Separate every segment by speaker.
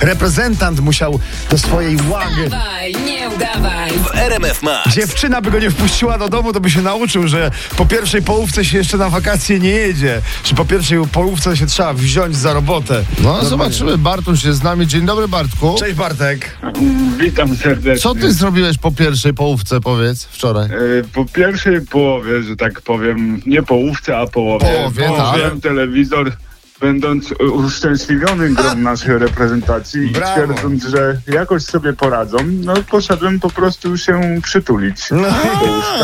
Speaker 1: Reprezentant musiał do swojej łagi.
Speaker 2: Dawaj, nie udawaj.
Speaker 3: w RMF Max.
Speaker 1: Dziewczyna by go nie wpuściła do domu, to by się nauczył, że po pierwszej połówce się jeszcze na wakacje nie jedzie. Czy po pierwszej połówce się trzeba wziąć za robotę.
Speaker 4: No zobaczymy, Bartuś jest z nami. Dzień dobry Bartku.
Speaker 1: Cześć Bartek.
Speaker 5: Witam serdecznie.
Speaker 4: Co ty zrobiłeś po pierwszej połówce, powiedz, wczoraj?
Speaker 5: E, Po pierwszej połowie, że tak powiem, nie połówce, a połowie.
Speaker 4: Połowie, tak.
Speaker 5: Włączyłem telewizor, będąc e, uszczęśliwiony
Speaker 4: Tak.
Speaker 5: grą naszej reprezentacji
Speaker 1: Brawo.
Speaker 5: i twierdząc, że jakoś sobie poradzą, no poszedłem po prostu się przytulić.
Speaker 4: No,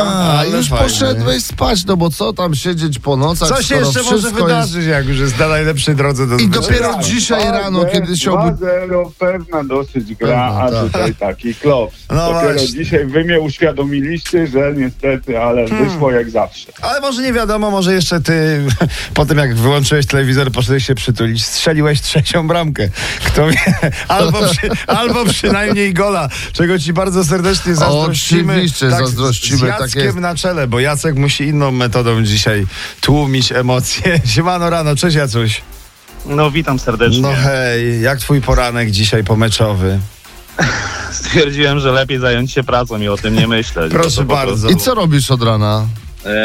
Speaker 4: A,
Speaker 1: ale
Speaker 4: już
Speaker 1: No, fajnie.
Speaker 4: poszedłeś spać, no bo co tam siedzieć po nocach,
Speaker 1: Co się
Speaker 4: skoro
Speaker 1: jeszcze może
Speaker 4: wszystko jest-
Speaker 1: wydarzyć, jak już jest na najlepszej drodze do
Speaker 4: I dopiero
Speaker 1: zwycięstwa?
Speaker 4: dzisiaj rano, kiedy się obud...
Speaker 5: 2-0, pewna dosyć gra,
Speaker 4: Pewna,
Speaker 5: a
Speaker 4: tak.
Speaker 5: tutaj taki klops.
Speaker 1: No
Speaker 5: Dopiero
Speaker 1: właśnie.
Speaker 5: dzisiaj wy mnie uświadomiliście, że niestety, ale
Speaker 4: Hmm.
Speaker 5: wyszło jak zawsze.
Speaker 1: Ale może nie wiadomo, może jeszcze ty po tym jak wyłączyłeś telewizor, poszedłeś się przytulić, strzeliłeś trzecią bramkę. Kto wie? Albo, przy, albo przynajmniej gola, czego ci bardzo serdecznie zazdrościmy.
Speaker 4: Oczywiście zazdrościmy,
Speaker 1: Z
Speaker 4: tak
Speaker 1: Jackiem
Speaker 4: jest.
Speaker 1: na czele, bo Jacek musi inną metodą dzisiaj tłumić emocje. Siemano rano, cześć Jacuś.
Speaker 6: No witam serdecznie.
Speaker 1: No hej, jak twój poranek dzisiaj pomeczowy?
Speaker 6: Stwierdziłem, że lepiej zająć się pracą i o tym nie myśleć.
Speaker 1: Proszę
Speaker 6: To po
Speaker 1: bardzo.
Speaker 6: prostu-
Speaker 4: I co robisz od rana?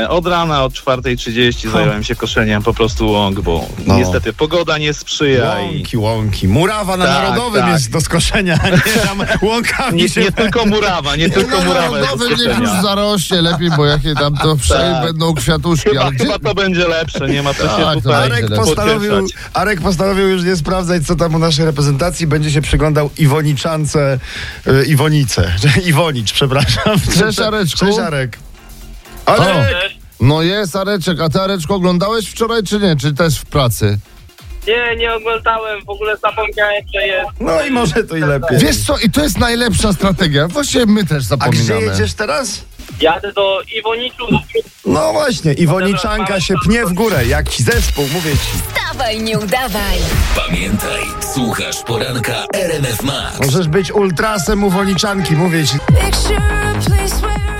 Speaker 6: E, Od rana, od 4.30 zająłem się koszeniem po prostu łąk, bo
Speaker 1: No.
Speaker 6: niestety pogoda nie sprzyja i
Speaker 1: Łąki, łąki. Murawa na
Speaker 6: Tak,
Speaker 1: Narodowym
Speaker 6: tak.
Speaker 1: jest do skoszenia, a nie tam łąkami
Speaker 6: nie,
Speaker 1: się
Speaker 6: nie tylko murawa, nie tylko
Speaker 4: Na
Speaker 6: murawa jest do
Speaker 4: Narodowym niech No, już
Speaker 6: skoszenia.
Speaker 4: zarośnie lepiej, bo jakie tam to wszędzie
Speaker 6: Tak.
Speaker 4: będą kwiatuszki.
Speaker 6: Chyba,
Speaker 4: Ale gdzie...
Speaker 6: chyba to będzie lepsze, nie ma co
Speaker 4: Tak,
Speaker 6: się tutaj
Speaker 4: Arek
Speaker 1: Arek postanowił,
Speaker 6: pocieszać.
Speaker 1: Arek postanowił już nie sprawdzać, co tam u naszej reprezentacji. Będzie się przyglądał Iwoniczance, y, Iwonice, Iwonicz, przepraszam.
Speaker 4: Cześć, Areczku.
Speaker 1: Cześć Arek.
Speaker 4: O,
Speaker 1: Arek!
Speaker 4: no jest Areczek, a ty Areczku oglądałeś wczoraj czy nie? Czy też w pracy?
Speaker 7: Nie, nie oglądałem, w ogóle zapomniałem, że jest.
Speaker 1: No i może to i lepiej.
Speaker 4: Wiesz co, i to jest najlepsza strategia. Właściwie my też
Speaker 1: A gdzie
Speaker 4: zapominamy.
Speaker 1: jedziesz teraz?
Speaker 7: Jadę do Iwoniczu,
Speaker 1: No właśnie, Iwoniczanka się pnie w górę, jak ci zespół, mówię ci.
Speaker 2: Wstawaj, nie udawaj.
Speaker 3: Pamiętaj, słuchasz poranka RMF Max.
Speaker 1: Możesz być ultrasem Iwoniczanki, mówię ci.
Speaker 8: Picture a place where